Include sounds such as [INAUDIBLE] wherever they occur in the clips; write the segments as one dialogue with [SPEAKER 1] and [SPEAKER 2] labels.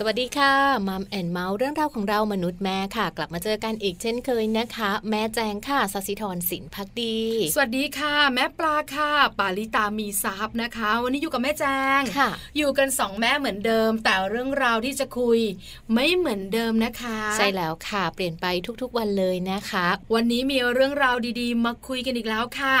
[SPEAKER 1] สวัสดีค่ะมัมแอนเมาส์เรื่องราวของเรามนุษย์แม่ค่ะ กลับมาเจอกันอีกเช่นเคยนะคะ แม่แจงค่ะสศิธรสินพักดี
[SPEAKER 2] สวัสดีค่ะ แม่ปลาค่ะ ปาลิตามีซับนะคะ วันนี้อยู่กับแม่แจง
[SPEAKER 1] ค่ะ
[SPEAKER 2] อยู่กันสองแม่เหมือนเดิม แต่เรื่องราวที่จะคุย ไม่เหมือนเดิมนะคะ
[SPEAKER 1] ใช่แล้วค่ะ เปลี่ยนไปทุกๆวันเลยนะคะ
[SPEAKER 2] วันนี้มีเรื่องราวดีๆ มาคุยกันอีกแล้วค่ะ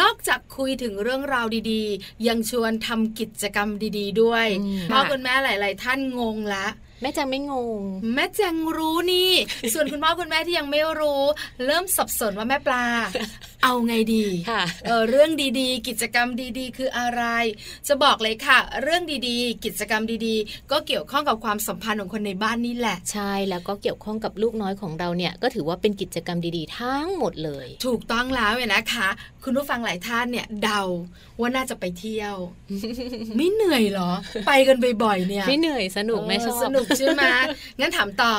[SPEAKER 2] นอกจากคุยถึงเรื่องราวดีๆ ยังชวนทำกิจกรรมดีๆ ด้วย
[SPEAKER 1] อืม
[SPEAKER 2] พ่อคุณแม่หลาย ๆ ท่านงงละ
[SPEAKER 1] แม่แจงไม่งง
[SPEAKER 2] แม่แจงรู้นี่ ส่วนคุณพ่อคุณแม่ที่ยังไม่รู้ เริ่มสับสนว่าแม่ปลา เอาไงดี
[SPEAKER 1] ค่ะ
[SPEAKER 2] เออเรื่องดีๆ กิจกรรมดีๆ คืออะไร จะบอกเลยค่ะ เรื่องดีๆ กิจกรรมดีๆ ก็เกี่ยวข้องกับความสัมพันธ์ของคนในบ้านนี่แหละ
[SPEAKER 1] ใช่แล้วก็เกี่ยวข้องกับลูกน้อยของเราเนี่ย ก็ถือว่าเป็นกิจกรรมดีๆ ทั้งหมดเลย
[SPEAKER 2] ถูกต้องแล้วเนี่ยนะคะ คุณผู้ฟังหลายท่านเนี่ยเดาว่าน่าจะไปเที่ยว ไม่เหนื่อยเหรอ ไปกันบ่อยๆเนี่ย
[SPEAKER 1] ไม่เหนื่อยสนุกไหม่ชอบ
[SPEAKER 2] สนุกใช่ไหมงั้นถามต่อ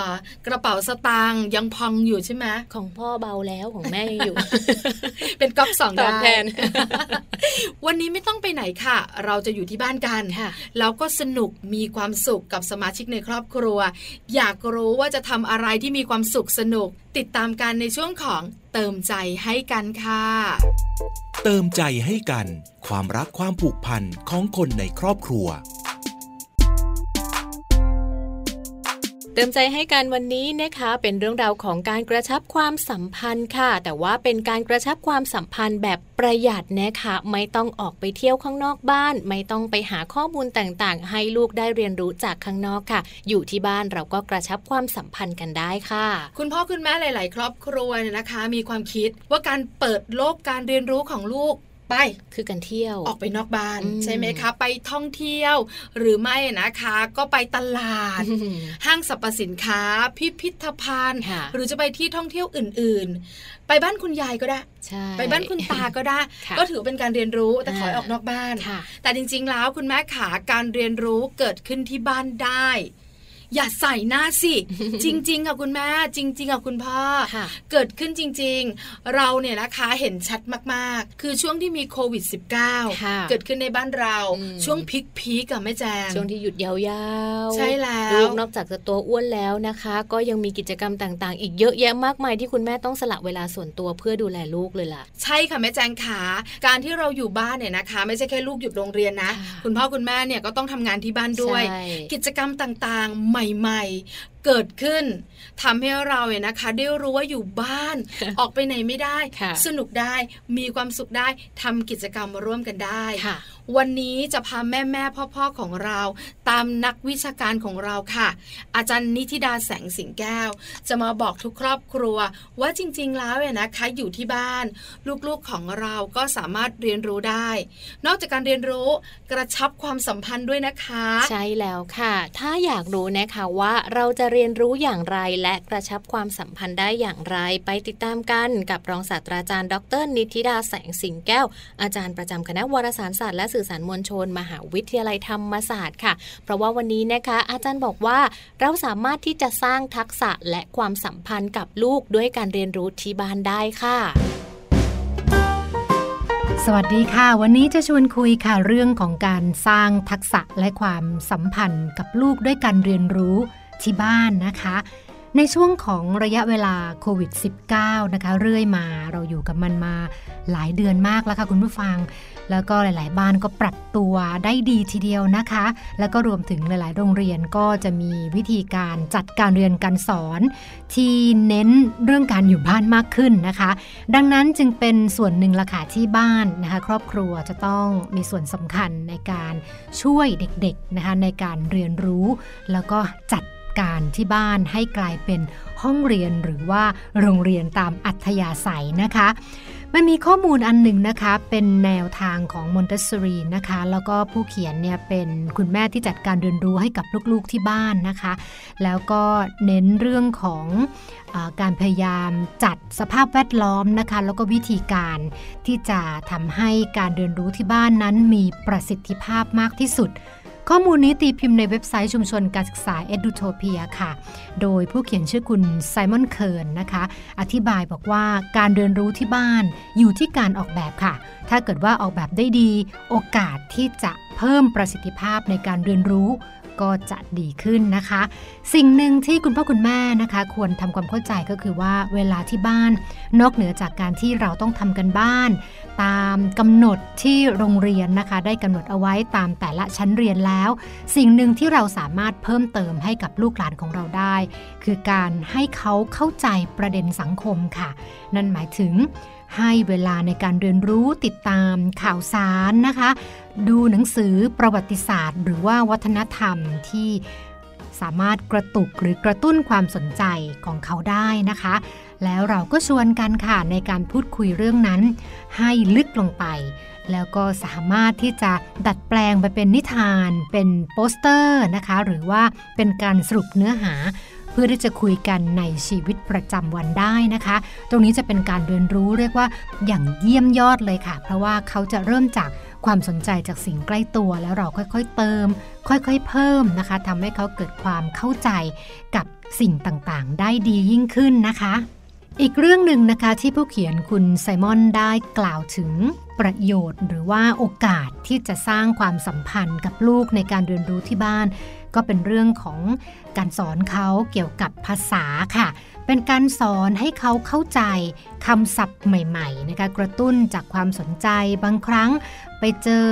[SPEAKER 2] กระเป๋าสตางค์ยังพองอยู่ใช่ไหม
[SPEAKER 1] ของพ่อเบาแล้วของแม่ยังอยู่
[SPEAKER 2] เป็นก๊อกสอง
[SPEAKER 1] ต
[SPEAKER 2] ได้
[SPEAKER 1] อบแทน
[SPEAKER 2] วันนี้ไม่ต้องไปไหนค่ะ เราจะอยู่ที่บ้านกัน
[SPEAKER 1] ค่ะ
[SPEAKER 2] แล้วก็สนุกมีความสุขกับสมาชิกในครอบครัว อยากรู้ว่าจะทำอะไรที่มีความสุขสนุก ติดตามกันในช่วงของเติมใจให้กันค่ะ
[SPEAKER 3] เติมใจให้กัน ความรักความผูกพันของคนในครอบครัว
[SPEAKER 1] เติมใจให้กันวันนี้นะคะเป็นเรื่องราวของการกระชับความสัมพันธ์ค่ะ แต่ว่าเป็นการกระชับความสัมพันธ์แบบประหยัดนะคะไม่ต้องออกไปเที่ยวข้างนอกบ้าน ไม่ต้องไปหาข้อมูลต่างๆ ให้ลูกได้เรียนรู้จากข้างนอกค่ะ อยู่ที่บ้านเราก็กระชับความสัมพันธ์กันได้ค่ะ
[SPEAKER 2] คุณพ่อคุณแม่หลาย ๆ ครอบครัวเนี่ยนะคะ มีความคิดว่าการเปิดโลกการเรียนรู้ของลูกไป
[SPEAKER 1] คือการเที่ยว
[SPEAKER 2] ออกไปนอกบ้าน
[SPEAKER 1] อืม
[SPEAKER 2] ใช่ไหมคะ ไปท่องเที่ยว หรือไม่นะคะ ก็ไปตลาด
[SPEAKER 1] อืม
[SPEAKER 2] ห้างสรรพสินค้า พิพิธภัณฑ์
[SPEAKER 1] ค่ะ
[SPEAKER 2] หรือจะไปที่ท่องเที่ยวอื่นๆ ไปบ้านคุณยายก็ได้
[SPEAKER 1] ใช่
[SPEAKER 2] ไปบ้านคุณตาก็ได้
[SPEAKER 1] ค่ะ
[SPEAKER 2] ก็ถือเป็นการเรียนรู้แต่
[SPEAKER 1] อ่า
[SPEAKER 2] ขอให้ออกนอกบ้าน
[SPEAKER 1] ค่ะ
[SPEAKER 2] แต่จริงๆแล้วคุณแม่ขาการเรียนรู้เกิดขึ้นที่บ้านได้ อย่าใส่หน้าสิ
[SPEAKER 1] [LAUGHS]
[SPEAKER 2] จริงๆค่ะคุณแม่จริงๆค่ะคุณพ่อ
[SPEAKER 1] ค่ะ
[SPEAKER 2] เกิดขึ้นจริงๆ เราเนี่ยนะคะเห็นชัดมากๆ คือช่วงที่มีโควิด
[SPEAKER 1] ค่ะ
[SPEAKER 2] -19 เกิดขึ้นในบ้านเรา
[SPEAKER 1] อืม
[SPEAKER 2] ช่วงพีคๆกับแม่แจง
[SPEAKER 1] ช่วงที่หยุดยาวๆ
[SPEAKER 2] ใช่แล้ว
[SPEAKER 1] ลูกนอกจากจะตัวอ้วนแล้วนะคะ ก็ยังมีกิจกรรมต่างๆ อีกเยอะแยะมากมายที่คุณแม่ต้องสละเวลาส่วนตัวเพื่อดูแลลูกเลยล่ะ
[SPEAKER 2] ใช่ค่ะแม่แจงขาการที่เราอยู่บ้านเนี่ยนะคะ ไม่ใช่แค่ลูกหยุดโรงเรียนนะ
[SPEAKER 1] ค่ะ
[SPEAKER 2] คุณพ่อคุณแม่เนี่ยก็ต้องทำงานที่บ้านด้วย
[SPEAKER 1] ใช่
[SPEAKER 2] กิจกรรมต่างๆ ใหม่ๆ เกิดขึ้นทำให้เราเนี่ยนะคะ ได้รู้ว่าอยู่
[SPEAKER 1] [LAUGHS]
[SPEAKER 2] บ้าน ออกไปไหนไม่ได้
[SPEAKER 1] ค่ะ
[SPEAKER 2] สนุกได้มีความสุขได้ทำกิจกรรมร่วมกันได้
[SPEAKER 1] ค่ะ
[SPEAKER 2] วันนี้จะพาแม่แม่พ่อพ่อๆ ของเรา ตามนักวิชาการของเราค่ะ อาจารย์นิติดาแสงสิงแก้ว จะมาบอกทุกครอบครัว ว่าจริงๆแล้วเนี่ยนะคะ อยู่ที่บ้าน ลูกๆของเราก็สามารถเรียนรู้ได้ นอกจากการเรียนรู้กระชับความสัมพันธ์ด้วยนะคะ
[SPEAKER 1] ใช่แล้วค่ะ ถ้าอยากรู้นะคะว่าเราจะเรียนรู้อย่างไรและกระชับความสัมพันธ์ได้อย่างไร ไปติดตามกันกับรองศาสตราจารย์ดร นิติดาแสงสิงแก้ว อาจารย์ประจำคณะวารสารศาสตร์และสื่อสารมวลชน มหาวิทยาลัยธรรมศาสตร์ค่ะ เพราะว่าวันนี้นะคะ อาจารย์บอกว่าเราสามารถที่จะสร้างทักษะและความสัมพันธ์กับลูกด้วยการเรียนรู้ที่บ้านได้ค่ะ
[SPEAKER 4] สวัสดีค่ะ วันนี้จะชวนคุยค่ะเรื่องของการสร้างทักษะและความสัมพันธ์กับลูกด้วยการเรียนรู้ที่บ้านนะคะ ในช่วงของระยะเวลาโควิด -19 นะคะ เรื่อยมาเราอยู่กับมันมาหลายเดือนมากแล้วค่ะคุณผู้ฟัง แล้วก็หลาย ๆ บ้านก็ปรับตัวได้ดีทีเดียวนะคะ แล้วก็รวมถึงหลาย ๆ โรงเรียนก็จะมีวิธีการจัดการเรียนการสอน ที่เน้นเรื่องการอยู่บ้านมากขึ้นนะคะ ดังนั้นจึงเป็นส่วนหนึ่งราคาที่บ้านนะคะ ครอบครัวจะต้องมีส่วนสำคัญในการช่วยเด็กๆนะคะในการเรียนรู้ แล้วก็จัดการที่บ้านให้กลายเป็นห้องเรียนหรือว่าโรงเรียนตามอัธยาศัยนะคะ มันมีข้อมูลอันหนึ่งนะคะ เป็นแนวทางของมอนเตสซอรีนะคะ แล้วก็ผู้เขียนเนี่ยเป็นคุณแม่ที่จัดการเรียนรู้ให้กับลูกๆที่บ้านนะคะ แล้วก็เน้นเรื่องของเออการพยายามจัดสภาพแวดล้อมนะคะ แล้วก็วิธีการที่จะทำให้การเรียนรู้ที่บ้านนั้นมีประสิทธิภาพมากที่สุด ข้อมูลนี้ตีพิมพ์ในเว็บไซต์ชุมชนการศึกษา Edutopia ค่ะ โดยผู้เขียนชื่อคุณไซมอนเคิร์นนะคะ อธิบายบอกว่าการเรียนรู้ที่บ้านอยู่ที่การออกแบบค่ะ ถ้าเกิดว่าออกแบบได้ดี โอกาสที่จะเพิ่มประสิทธิภาพในการเรียนรู้ ก็จะดีขึ้นนะคะ สิ่งหนึ่งที่คุณพ่อคุณแม่นะคะ ควรทำความเข้าใจก็คือว่าเวลาที่บ้าน นอกเหนือจากการที่เราต้องทำกันบ้าน ตามกำหนดที่โรงเรียนนะคะ ได้กำหนดเอาไว้ตามแต่ละชั้นเรียนแล้ว สิ่งหนึ่งที่เราสามารถเพิ่มเติมให้กับลูกหลานของเราได้ คือการให้เขาเข้าใจประเด็นสังคมค่ะ นั่นหมายถึง ให้เวลาในการเรียนรู้ติดตามข่าวสารนะคะ ดูหนังสือประวัติศาสตร์ หรือว่าวัฒนธรรมที่สามารถกระตุกหรือกระตุ้นความสนใจของเขาได้นะคะ แล้วเราก็ชวนกันค่ะในการพูดคุยเรื่องนั้น ให้ลึกลงไป แล้วก็สามารถที่จะดัดแปลงไปเป็นนิทาน เป็นโปสเตอร์นะคะ หรือว่าเป็นการสรุปเนื้อหา เพื่อที่จะคุยกันในชีวิตประจำวันได้นะคะ ตรงนี้จะเป็นการเรียนรู้เรียกว่าอย่างเยี่ยมยอดเลยค่ะ เพราะว่าเขาจะเริ่มจากความสนใจจากสิ่งใกล้ตัว แล้วเราค่อยๆเติม ค่อยๆเพิ่มนะคะทำให้เขาเกิดความเข้าใจกับสิ่งต่างๆ ได้ดียิ่งขึ้นนะคะ อีกเรื่องหนึ่งนะคะที่ผู้เขียนคุณไซมอนได้กล่าวถึงประโยชน์ หรือว่าโอกาสที่จะสร้างความสัมพันธ์กับลูกในการเรียนรู้ที่บ้าน ก็เป็นเรื่องของการสอนเขาเกี่ยวกับภาษาค่ะ เป็นการสอนให้เขาเข้าใจคำศัพท์ใหม่ๆนะคะกระตุ้นจากความสนใจบางครั้ง ไปเจอ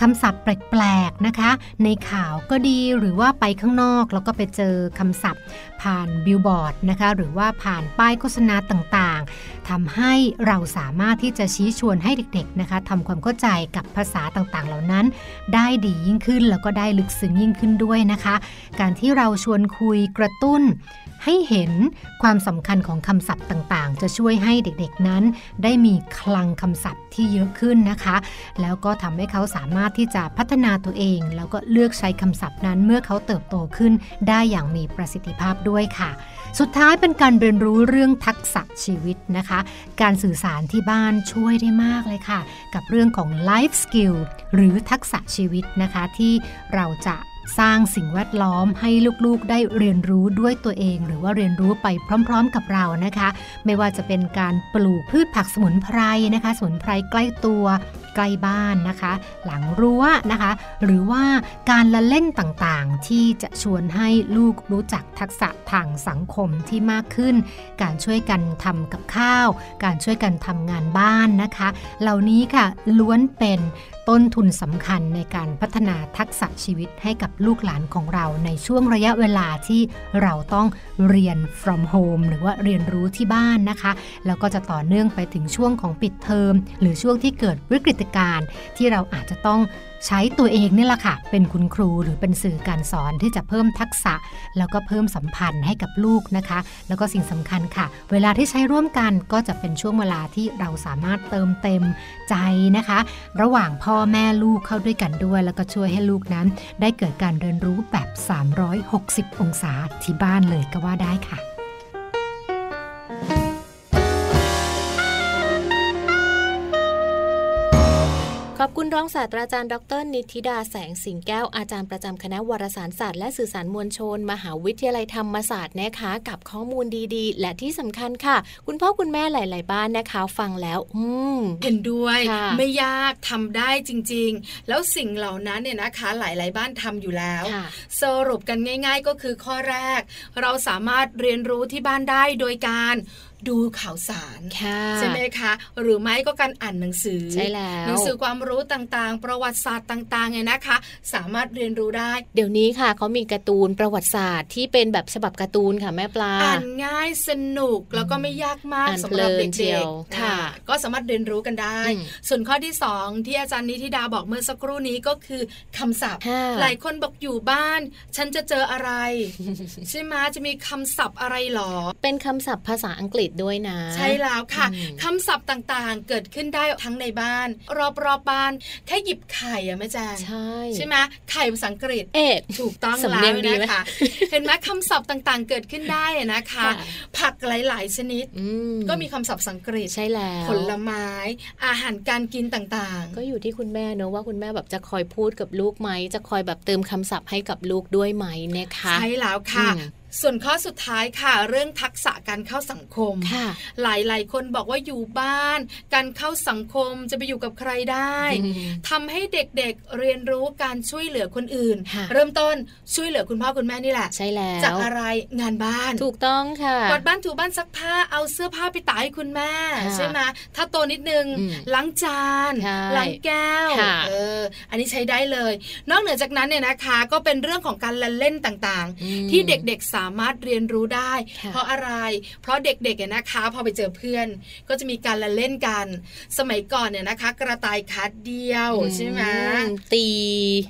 [SPEAKER 4] คำศัพท์แปลกๆนะคะ ในข่าวก็ดีหรือว่าไปข้างนอก แล้วก็ไปเจอคำศัพท์ ผ่านบิลบอร์ดนะคะหรือว่าผ่านป้ายโฆษณาต่างๆทำให้เราสามารถที่จะชี้ชวนให้เด็กๆนะคะทำความเข้าใจกับภาษาต่างๆ เหล่านั้น ได้ดียิ่งขึ้นแล้วก็ได้ลึกซึ้งยิ่งขึ้นด้วยนะคะ การที่เราชวนคุยกระตุ้น ให้เห็นความสำคัญของคำศัพท์ต่างๆ จะช่วยให้เด็กๆนั้น ได้มีคลังคำศัพท์ที่เยอะขึ้นนะคะ แล้วก็ทำให้เขาสามารถที่จะพัฒนาตัวเอง แล้วก็เลือกใช้คำศัพท์นั้นเมื่อเขาเติบโตขึ้น ได้อย่างมีประสิทธิภาพด้วยค่ะ สุดท้ายเป็นการเรียนรู้เรื่องทักษะชีวิตนะคะ การสื่อสารที่บ้านช่วยได้มากเลยค่ะ กับเรื่องของ life skill หรือทักษะชีวิตนะคะที่เราจะสร้างสิ่งแวดล้อมให้ลูกๆ ได้เรียนรู้ด้วยตัวเอง หรือว่าเรียนรู้ไปพร้อม ๆ กับเรานะคะ ไม่ว่าจะเป็นการปลูกพืชผักสมุนไพรนะคะสมุนไพรใกล้ตัวใกล้บ้านนะคะ หลังรั้วนะคะ หรือว่าการละเล่นต่างๆ ที่จะชวนให้ลูกรู้จักทักษะทางสังคมที่มากขึ้น การช่วยกันทำกับข้าว การช่วยกันทำงานบ้านนะคะ เหล่านี้ค่ะล้วนเป็นต้นทุนสำคัญในการพัฒนาทักษะชีวิตให้กับลูกหลานของเราในช่วงระยะเวลาที่เราต้องเรียน from home หรือว่าเรียนรู้ที่บ้านนะคะ แล้วก็จะต่อเนื่องไปถึงช่วงของปิดเทอม หรือช่วงที่เกิดวิกฤตการณ์ที่เราอาจจะต้องใช้ตัวเองนี่แหละค่ะ เป็นคุณครูหรือเป็นสื่อการสอนที่จะเพิ่มทักษะ แล้วก็เพิ่มสัมพันธ์ให้กับลูกนะคะ แล้วก็สิ่งสำคัญค่ะ เวลาที่ใช้ร่วมกันก็จะเป็นช่วงเวลาที่เราสามารถเติมเต็มใจนะคะ ระหว่างพ่อแม่ลูกเข้าด้วยกันด้วย แล้วก็ช่วยให้ลูกนั้น ได้เกิดการเรียนรู้แบบ 360 องศาที่บ้านเลยก็ว่าได้ค่ะ
[SPEAKER 1] ขอบคุณรองศาสตราจารย์ดร นิติดาแสงสิงแก้วอาจารย์ประจำคณะวารสารศาสตร์และสื่อสารมวลชน มหาวิทยาลัยธรรมศาสตร์นะคะกับข้อมูลดีๆ และที่สำคัญค่ะ คุณพ่อคุณแม่หลาย ๆ บ้านนะคะ ฟังแล้ว อืม
[SPEAKER 2] เห็นด้วย
[SPEAKER 1] ค่ะ
[SPEAKER 2] ไม่ยากทำได้จริง ๆ แล้วสิ่งเหล่านั้นเนี่ยนะคะหลาย ๆ บ้านทำอยู่แล้ว
[SPEAKER 1] ค่ะ
[SPEAKER 2] สรุปกันง่าย ๆ ก็คือข้อแรก เราสามารถเรียนรู้ที่บ้านได้โดยการดูข่าวสาร
[SPEAKER 1] ค่ะ
[SPEAKER 2] ใช่ไหมคะ หรือไม่ก็การอ่านหนังสือ
[SPEAKER 1] ใช่แล้ว
[SPEAKER 2] หนังสือความรู้ต่างๆ ประวัติศาสตร์ต่างๆเนี่ยนะคะ สามารถเรียนรู้ได้
[SPEAKER 1] เดี๋ยวนี้ค่ะเขามีการ์ตูนประวัติศาสตร์ที่เป็นแบบฉบับการ์ตูนค่ะแม่ปลา
[SPEAKER 2] อ่านง่ายสนุกแล้วก็ไม่ยากมาก
[SPEAKER 1] อ่าน
[SPEAKER 2] สำหรับ
[SPEAKER 1] เพลิ
[SPEAKER 2] เด็
[SPEAKER 1] น
[SPEAKER 2] ก
[SPEAKER 1] เชียว
[SPEAKER 2] ๆ
[SPEAKER 1] ค่ะ
[SPEAKER 2] อ่าก็สามารถเรียนรู้กันได้
[SPEAKER 1] อืม
[SPEAKER 2] ส่วนข้อที่ 2 ที่อาจารย์นิธิดาบอกเมื่อสักครู่นี้ก็คือคำศัพท์
[SPEAKER 1] ค่ะ
[SPEAKER 2] หลายคนบอกอยู่บ้าน ฉั
[SPEAKER 1] [LAUGHS]
[SPEAKER 2] นจะเจออะไร ใช่ไหมยจะมีคำศัพท์อะไรหรอ
[SPEAKER 1] เป็นคำศัพท์ภาษาอังกฤษ ด้วยนะ
[SPEAKER 2] ใช่แล้วค่ะ
[SPEAKER 1] อืม
[SPEAKER 2] คำศัพท์ต่างๆ เกิดขึ้นได้ทั้งในบ้าน รอบๆบบ้านแค่หยิบไข่อะแม่แจง
[SPEAKER 1] ใช่
[SPEAKER 2] ไหมไข่ภาษาอังกฤษ
[SPEAKER 1] เอ็ด
[SPEAKER 2] ถูกต้อง
[SPEAKER 1] สำ
[SPEAKER 2] แล้
[SPEAKER 1] เนี
[SPEAKER 2] วย
[SPEAKER 1] งดีไหม [LAUGHS]
[SPEAKER 2] นะคะ เห็นไหมคำศัพท์ต่างๆ เกิดขึ้นได้อะนะคะ ผักหลายๆ ชนิด
[SPEAKER 1] อืม
[SPEAKER 2] ก็มีคำศัพท์ภาษาอังกฤษ
[SPEAKER 1] ใช่แล้ว
[SPEAKER 2] ผลไม้ อาหารการกินต่าง
[SPEAKER 1] ก็อยู่ที่คุณแม่เนอะว่าคุณแม่แบบจะคอยพูดกับลูกไหม จะคอยแบบเติมคำศัพท์ให้กับลูกด้วยไหมนะคะ
[SPEAKER 2] ๆ ใช่แล้วค่ะ
[SPEAKER 1] อืม
[SPEAKER 2] ส่วนข้อสุดท้ายค่ะ เรื่องทักษะการเข้าสังคม
[SPEAKER 1] ค่ะ
[SPEAKER 2] หลายๆ คนบอกว่าอยู่บ้าน การเข้าสังคมจะไปอยู่กับใครได้ ทำให้เด็กๆ เรียนรู้การช่วยเหลือคนอื่น
[SPEAKER 1] ค่ะ
[SPEAKER 2] เริ่มต้นช่วยเหลือคุณพ่อคุณแม่นี่แหละ
[SPEAKER 1] ใช่แล้ว
[SPEAKER 2] จากอะไรงานบ้าน
[SPEAKER 1] ถูกต้องค่ะ
[SPEAKER 2] กวาดบ้านถูบ้านซักผ้าเอาเสื้อผ้าไปตากให้คุณแม่
[SPEAKER 1] ค่ะ
[SPEAKER 2] ใช่ไหมถ้าโตนิดนึง
[SPEAKER 1] อืม
[SPEAKER 2] ล้างจาน
[SPEAKER 1] ใช่
[SPEAKER 2] ล้างแก้ว
[SPEAKER 1] ค่ะ
[SPEAKER 2] เอออันนี้ใช้ได้เลย นอกเหนือจากนั้นเนี่ยนะคะ ก็เป็นเรื่องของการละเล่นต่าง
[SPEAKER 1] อืม
[SPEAKER 2] ๆ ที่เด็กๆสามารถเรียนรู้ได้
[SPEAKER 1] ค่ะ
[SPEAKER 2] เพราะอะไร เพราะเด็กๆเนี่ยนะคะพอไปเจอเพื่อน ก็จะมีการละเล่นกัน สมัยก่อนเนี่ยนะคะ กระต่ายคัดเดียวใช่ไหม
[SPEAKER 1] อืมตี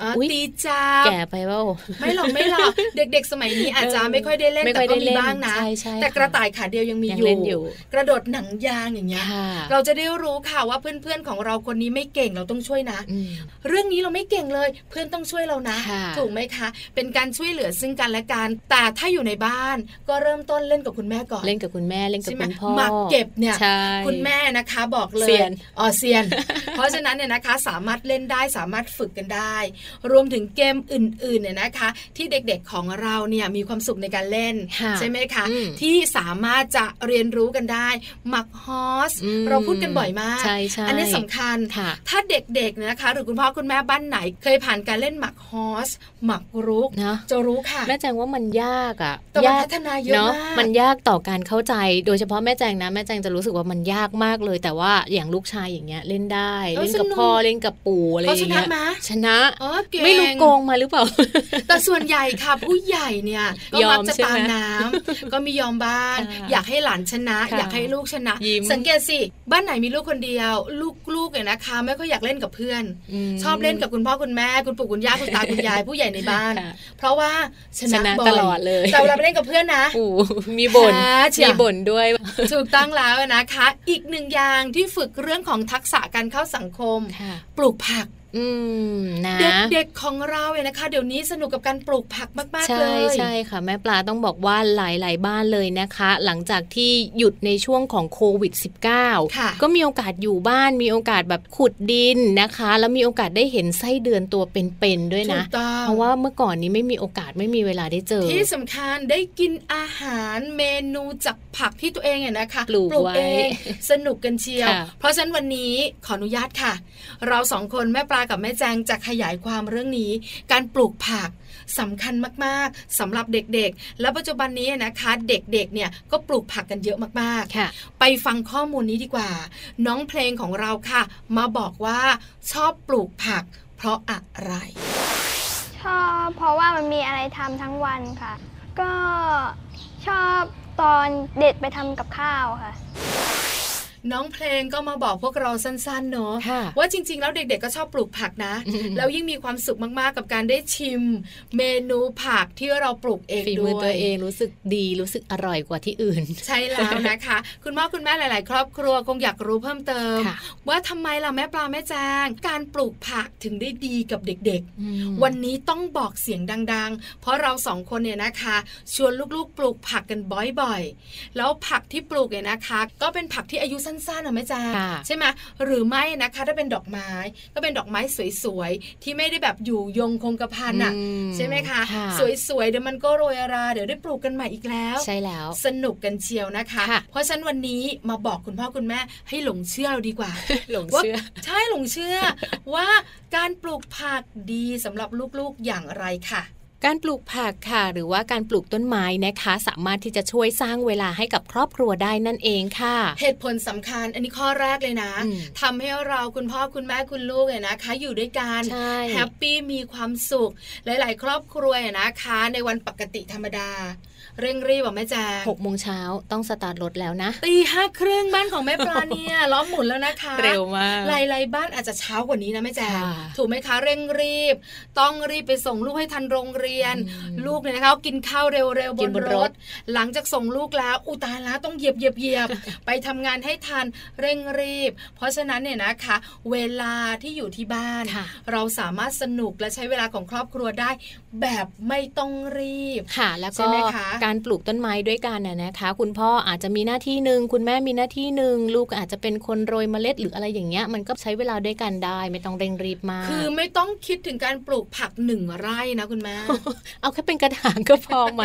[SPEAKER 2] เอออย ตีจับ
[SPEAKER 1] แก่ไปเปล่า
[SPEAKER 2] ไม่หรอกไม่หรอกเด็กๆ สมัยนี้อาจจะ
[SPEAKER 1] เออ
[SPEAKER 2] ไม่ค่อยได้เล่น
[SPEAKER 1] ไม่ค่
[SPEAKER 2] แต่
[SPEAKER 1] อย
[SPEAKER 2] ก็
[SPEAKER 1] ได้
[SPEAKER 2] มี
[SPEAKER 1] เล่น
[SPEAKER 2] บ้างนะ
[SPEAKER 1] ใช่ใช่
[SPEAKER 2] แต่
[SPEAKER 1] ค่ะ
[SPEAKER 2] กระต่ายขาเดียวยังมี
[SPEAKER 1] ยัง
[SPEAKER 2] อยู
[SPEAKER 1] เล่นอยู่
[SPEAKER 2] ่ กระโดดหนังยางอย่างเงี้ย
[SPEAKER 1] ค่ะ
[SPEAKER 2] เราจะได้รู้ค่ะว่าเพื่อนๆของเราคนนี้ไม่เก่งเราต้องช่วยนะ
[SPEAKER 1] อืม
[SPEAKER 2] เรื่องนี้เราไม่เก่งเลย เพื่อนต้องช่วยเรานะ
[SPEAKER 1] ค่ะ
[SPEAKER 2] ถูกไหมคะ เป็นการช่วยเหลือซึ่งกันและกันแต่ถ้าอยู่ในบ้านก็เริ่มต้นเล่นกับคุณแม่ก่อน
[SPEAKER 1] เล่นกับคุณแม่เล่นกับ
[SPEAKER 2] ใช่ไหม
[SPEAKER 1] คุณพ่อ
[SPEAKER 2] หมากเก็บเนี่ย
[SPEAKER 1] ใช่
[SPEAKER 2] คุณแม่นะคะบอกเลย
[SPEAKER 1] เซียน
[SPEAKER 2] อ๋อเซียน [LAUGHS] เพราะฉะนั้นเนี่ยนะคะสามารถเล่นได้สามารถฝึกกันได้ รวมถึงเกมอื่นๆเนี่ยนะคะ ที่เด็กๆของเราเนี่ยมีความสุขในการเล่น
[SPEAKER 1] ค่ะ
[SPEAKER 2] ใช่ไหมคะ
[SPEAKER 1] อืม
[SPEAKER 2] ที่สามารถจะเรียนรู้กันได้หมักฮอส
[SPEAKER 1] อืม
[SPEAKER 2] เราพูดกันบ่อยมาก
[SPEAKER 1] ใช่ใช่
[SPEAKER 2] อันนี้สำคัญ
[SPEAKER 1] ค่ะ
[SPEAKER 2] ถ้าเด็กๆนะคะ หรือคุณพ่อคุณแม่บ้านไหน เคยผ่านการเล่นหมักฮอสหมักรุก
[SPEAKER 1] นะ
[SPEAKER 2] จะรู้ค่ะ
[SPEAKER 1] แม่แจงว่ามันยากอ่ะ
[SPEAKER 2] แต่มัน
[SPEAKER 1] ยาก
[SPEAKER 2] พัฒนาเยอะ
[SPEAKER 1] เนาะ
[SPEAKER 2] มาก
[SPEAKER 1] มันยากต่อการเข้าใจ โดยเฉพาะแม่แจงนะแม่แจงจะรู้สึกว่ามันยากมากเลย แต่ว่าอย่างลูกชายอย่างเงี้ยเล่นได้
[SPEAKER 2] เออ
[SPEAKER 1] เล่น
[SPEAKER 2] ส
[SPEAKER 1] กับ
[SPEAKER 2] นุก
[SPEAKER 1] พ่อเล่นกับปู่อะไรอ
[SPEAKER 2] เขา
[SPEAKER 1] ย่าง
[SPEAKER 2] ช
[SPEAKER 1] เงี้
[SPEAKER 2] นะ
[SPEAKER 1] ย
[SPEAKER 2] มะ
[SPEAKER 1] ชนะ
[SPEAKER 2] เออเก่ง
[SPEAKER 1] ไม่รู้โกงมาหรือเปล่า
[SPEAKER 2] แต่ส่วนใหญ่ค่ะ ผู้ใหญ่เนี่ยก็
[SPEAKER 1] ยอม
[SPEAKER 2] มักจะ
[SPEAKER 1] ใช่ไหม
[SPEAKER 2] ตามน้ำก็มียอมบ้าน
[SPEAKER 1] ค่ะ
[SPEAKER 2] อยากให้หลานชนะ
[SPEAKER 1] ค่ะ
[SPEAKER 2] อยากให้ลูกชนะ
[SPEAKER 1] ยิ้ม
[SPEAKER 2] สังเกตสิบ้านไหนมีลูกคนเดียว ลูกๆเนี่ยนะคะ ไม่ค่อยอยากเล่นกับเพื่อน
[SPEAKER 1] ม
[SPEAKER 2] [LAUGHS] ชอบเล่นกับคุณพ่อคุณแม่คุณปู่คุณย่าคุณตาคุณยายผู้ใหญ่ในบ้าน
[SPEAKER 1] ค่ะ
[SPEAKER 2] เพราะว่าชนะ
[SPEAKER 1] ชนะ
[SPEAKER 2] บ่ย
[SPEAKER 1] ตลอดเลย
[SPEAKER 2] แต่เวลาไปเล่นกับเพื่อนนะ
[SPEAKER 1] ปู่มีบ่น
[SPEAKER 2] แพ้เชีย
[SPEAKER 1] มีบ่นด้วย
[SPEAKER 2] [LAUGHS] ถูกต้องแล้วนะคะ อีกหนึ่งอย่างที่ฝึกเรื่องของทักษะการเข้าสังคม
[SPEAKER 1] ค่ะ
[SPEAKER 2] ปลูกผัก
[SPEAKER 1] อืมนะ
[SPEAKER 2] เด็กๆของเราเนี่ยนะคะ เดี๋ยวนี้สนุกกับการปลูกผักมากๆ
[SPEAKER 1] ใช่
[SPEAKER 2] เลย
[SPEAKER 1] ใช่ค่ะ แม่ปลาต้องบอกว่าหลาย ๆ บ้านเลยนะคะ หลังจากที่หยุดในช่วงของโควิด -19
[SPEAKER 2] ค่ะ
[SPEAKER 1] ก็มีโอกาสอยู่บ้านมีโอกาสแบบขุดดินนะคะ แล้วมีโอกาสได้เห็นไส้เดือนตัวเป็นๆด้วย
[SPEAKER 2] ถู
[SPEAKER 1] นะ
[SPEAKER 2] กต้อง
[SPEAKER 1] เพราะว่าเมื่อก่อนนี้ไม่มีโอกาสไม่มีเวลาได้เจอ
[SPEAKER 2] ที่สำคัญได้กินอาหารเมนูจากผักที่ตัวเองเนี่ยนะคะ
[SPEAKER 1] ปลูก
[SPEAKER 2] เอ
[SPEAKER 1] ไว้
[SPEAKER 2] งสนุกกันเชียว
[SPEAKER 1] ค่ะ
[SPEAKER 2] เพราะฉะนั้นวันนี้ขออนุญาตค่ะ เราสองคนแม่ปลากับแม่แจงจะขยายความเรื่องนี้ การปลูกผักสำคัญมากๆสำหรับเด็กๆ และปัจจุบันนี้นะคะ เด็กๆเนี่ยก็ปลูกผักกันเยอะมากๆ
[SPEAKER 1] ค่ะ
[SPEAKER 2] ไปฟังข้อมูลนี้ดีกว่า น้องเพลงของเราค่ะ มาบอกว่าชอบปลูกผัก เพราะอะไร
[SPEAKER 5] ชอบเพราะว่ามันมีอะไรทำทั้งวันค่ะ ก็ชอบตอนเด็ดไปทำกับข้าวค่ะ
[SPEAKER 2] น้องเพลงก็มาบอกพวกเราสั้นๆเนอะ
[SPEAKER 1] ค่ะ
[SPEAKER 2] ว่าจริงๆ แล้วเด็กๆ ก็ชอบปลูกผักนะ
[SPEAKER 1] อืม
[SPEAKER 2] แล้วยิ่งมีความสุขมากๆ กับการได้ชิม เมนูผักที่เราปลูกเอง
[SPEAKER 1] ฝี
[SPEAKER 2] ด้
[SPEAKER 1] มือ
[SPEAKER 2] ว
[SPEAKER 1] ย ตัวเองรู้สึกดีรู้สึกอร่อยกว่าที่อื่น
[SPEAKER 2] ใช่แล้วนะคะ คุณพ่อคุณแม่หลาย ๆ ครอบครัวคงอยากรู้เพิ่มเติม
[SPEAKER 1] ค่ะ
[SPEAKER 2] ว่าทำไมล่ะแม่ปลาแม่แจงการปลูกผักถึงได้ดีกับเด็กๆ
[SPEAKER 1] อืม
[SPEAKER 2] วันนี้ต้องบอกเสียงดัง ๆ เพราะเราสองคนเนี่ยนะคะ ชวนลูกๆ ปลูกผักกันบ่อยๆ แล้วผักที่ปลูกเนี่ยนะคะ ก็เป็นผักที่อายุสั้นๆนะแม่จา
[SPEAKER 1] ค่ะ
[SPEAKER 2] ใช่ไหมหรือไม่นะคะ ถ้าเป็นดอกไม้ก็เป็นดอกไม้สวยๆ ที่ไม่ได้แบบอยู่ยงคงกระพันอ่ะ
[SPEAKER 1] อืม
[SPEAKER 2] ใช่ไหมคะ
[SPEAKER 1] ค่ะ
[SPEAKER 2] สวยๆ เดี๋ยวมันก็โรยรา เดี๋ยวได้ปลูกกันใหม่อีกแล้ว
[SPEAKER 1] ใช่แล้ว
[SPEAKER 2] สนุกกันเชียวนะคะ
[SPEAKER 1] ค่ะ
[SPEAKER 2] เพราะฉะนันวันนี้มาบอกคุณพ่อคุณแม่ให้หลงเชื่อเราดีกว่า
[SPEAKER 1] หลง
[SPEAKER 2] ว่า
[SPEAKER 1] เชื่อ
[SPEAKER 2] ใช่หลงเชื่อ [LAUGHS] ว่าการปลูกผักดีสำหรับลูกๆอย่างไรค่ะ
[SPEAKER 1] การปลูกผักค่ะ หรือว่าการปลูกต้นไม้นะคะ สามารถที่จะช่วยสร้างเวลาให้กับครอบครัวได้นั่นเองค่ะ
[SPEAKER 2] เหตุผลสำคัญ อันนี้ข้อแรกเลยนะ
[SPEAKER 1] อืม
[SPEAKER 2] ทำให้เราคุณพ่อคุณแม่คุณลูกเนี่ยนะคะ อยู่ด้วยกัน
[SPEAKER 1] ใช่
[SPEAKER 2] แฮปปี้มีความสุข หลาย ๆ ครอบครัวเนี่ยนะคะ ในวันปกติธรรมดา เร่งรีบอ่ะแม่แจง
[SPEAKER 1] 6กโมงเช้าต้องสตาร์ทรถแล้วนะ
[SPEAKER 2] ตีห้าครึ่งบ้านของแม่ปลาเนี่ย [LAUGHS] ล้อมหมุนแล้วนะคะ
[SPEAKER 1] เร็วมาก
[SPEAKER 2] หลายๆบ้านอาจจะเช้ากว่านี้นะแม่แจง
[SPEAKER 1] ค่ะ
[SPEAKER 2] ถูกไหมคะเร่งรีบ ต้องรีบไปส่งลูกให้ทันโรงเรียน
[SPEAKER 1] อืม
[SPEAKER 2] ลูกเนี่ยนะคะกินข้าวเร็วๆบ
[SPEAKER 1] กิ
[SPEAKER 2] น
[SPEAKER 1] นบน
[SPEAKER 2] ร
[SPEAKER 1] ร
[SPEAKER 2] ถ
[SPEAKER 1] ถ
[SPEAKER 2] หลังจากส่งลูกแล้วอุยตายแล้วต้องเหยียบเหยียบเหยีย
[SPEAKER 1] [LAUGHS]
[SPEAKER 2] บ ไปทำงานให้ทันเร่งรีบ เพราะฉะนั้นเนี่ยนะคะ เวลาที่อยู่ที่บ้าน
[SPEAKER 1] ค่ะ
[SPEAKER 2] เราสามารถสนุกและใช้เวลาของครอบครัวได้ แบบไม่ต้องรีบ
[SPEAKER 1] ค่ะ แล้ว
[SPEAKER 2] ใช่
[SPEAKER 1] ก็
[SPEAKER 2] ไหมคะ
[SPEAKER 1] การปลูกต้นไม้ด้วยกันน่ะนะคะ คุณพ่ออาจจะมีหน้าที่หนึ่งคุณแม่มีหน้าที่หนึ่งลูกอาจจะเป็นคนโรยเมล็ดหรืออะไรอย่างเงี้ยมันก็ใช้เวลาด้วยกันได้ ไม่ต้องเร่งรีบมาก
[SPEAKER 2] คือไม่ต้องคิดถึงการปลูกผักหนึ่งไร่นะคุณแม่
[SPEAKER 1] เอาแค่เป็นกระถางก็พอไหม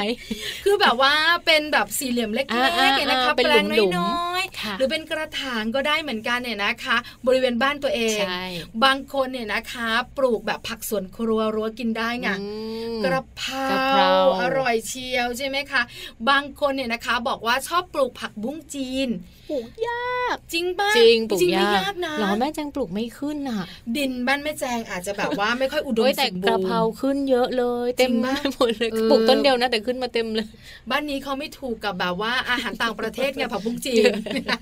[SPEAKER 2] คือแบบว่าเป็นแบบสี่เหลี่ยมเล็กๆ
[SPEAKER 1] อ่าอ่า
[SPEAKER 2] เนี่ยนะคะ
[SPEAKER 1] อ่าเป็น
[SPEAKER 2] แปลง
[SPEAKER 1] หลุมๆ
[SPEAKER 2] น้อย
[SPEAKER 1] ค่ะ
[SPEAKER 2] หรือเป็นกระถางก็ได้เหมือนกันเนี่ยนะคะ บริเวณบ้านตัวเอง
[SPEAKER 1] ใช่
[SPEAKER 2] บางคนเนี่ยนะคะ ปลูกแบบผักสวนครัวรั้วกินได้ไง
[SPEAKER 1] อืม
[SPEAKER 2] กระเพราก
[SPEAKER 1] ระเพรา
[SPEAKER 2] อร่อยเชียวใช่ไหมคะ บางคนเนี่ยนะคะ บอกว่าชอบปลูกผักบุ้งจีน
[SPEAKER 1] ปลูกยาก
[SPEAKER 2] จริงป่ะ
[SPEAKER 1] จริงปลูก
[SPEAKER 2] จริงไม่
[SPEAKER 1] ยาย
[SPEAKER 2] าก กนะ
[SPEAKER 1] หรอแม่แจงปลูกไม่ขึ้นอ่ะ
[SPEAKER 2] ดินบ้านแม่แจงอาจจะแบบว่าไม่ค่อยอุดม
[SPEAKER 1] โอ้ย
[SPEAKER 2] ส
[SPEAKER 1] แต่
[SPEAKER 2] ม
[SPEAKER 1] ก
[SPEAKER 2] บู
[SPEAKER 1] ระ
[SPEAKER 2] ร
[SPEAKER 1] เพรา
[SPEAKER 2] ณ์
[SPEAKER 1] ขึ้นเยอะเลย เต็ม
[SPEAKER 2] จริง
[SPEAKER 1] ไป
[SPEAKER 2] ปะ
[SPEAKER 1] หมดเลย
[SPEAKER 2] เออ
[SPEAKER 1] ปลูกต้นเดียวนะแต่ขึ้นมาเต็มเลย
[SPEAKER 2] บ้านนี้เขาไม่ถูกกับแบบว่าอาหารต่างประเทศไงผักบุ้งจีน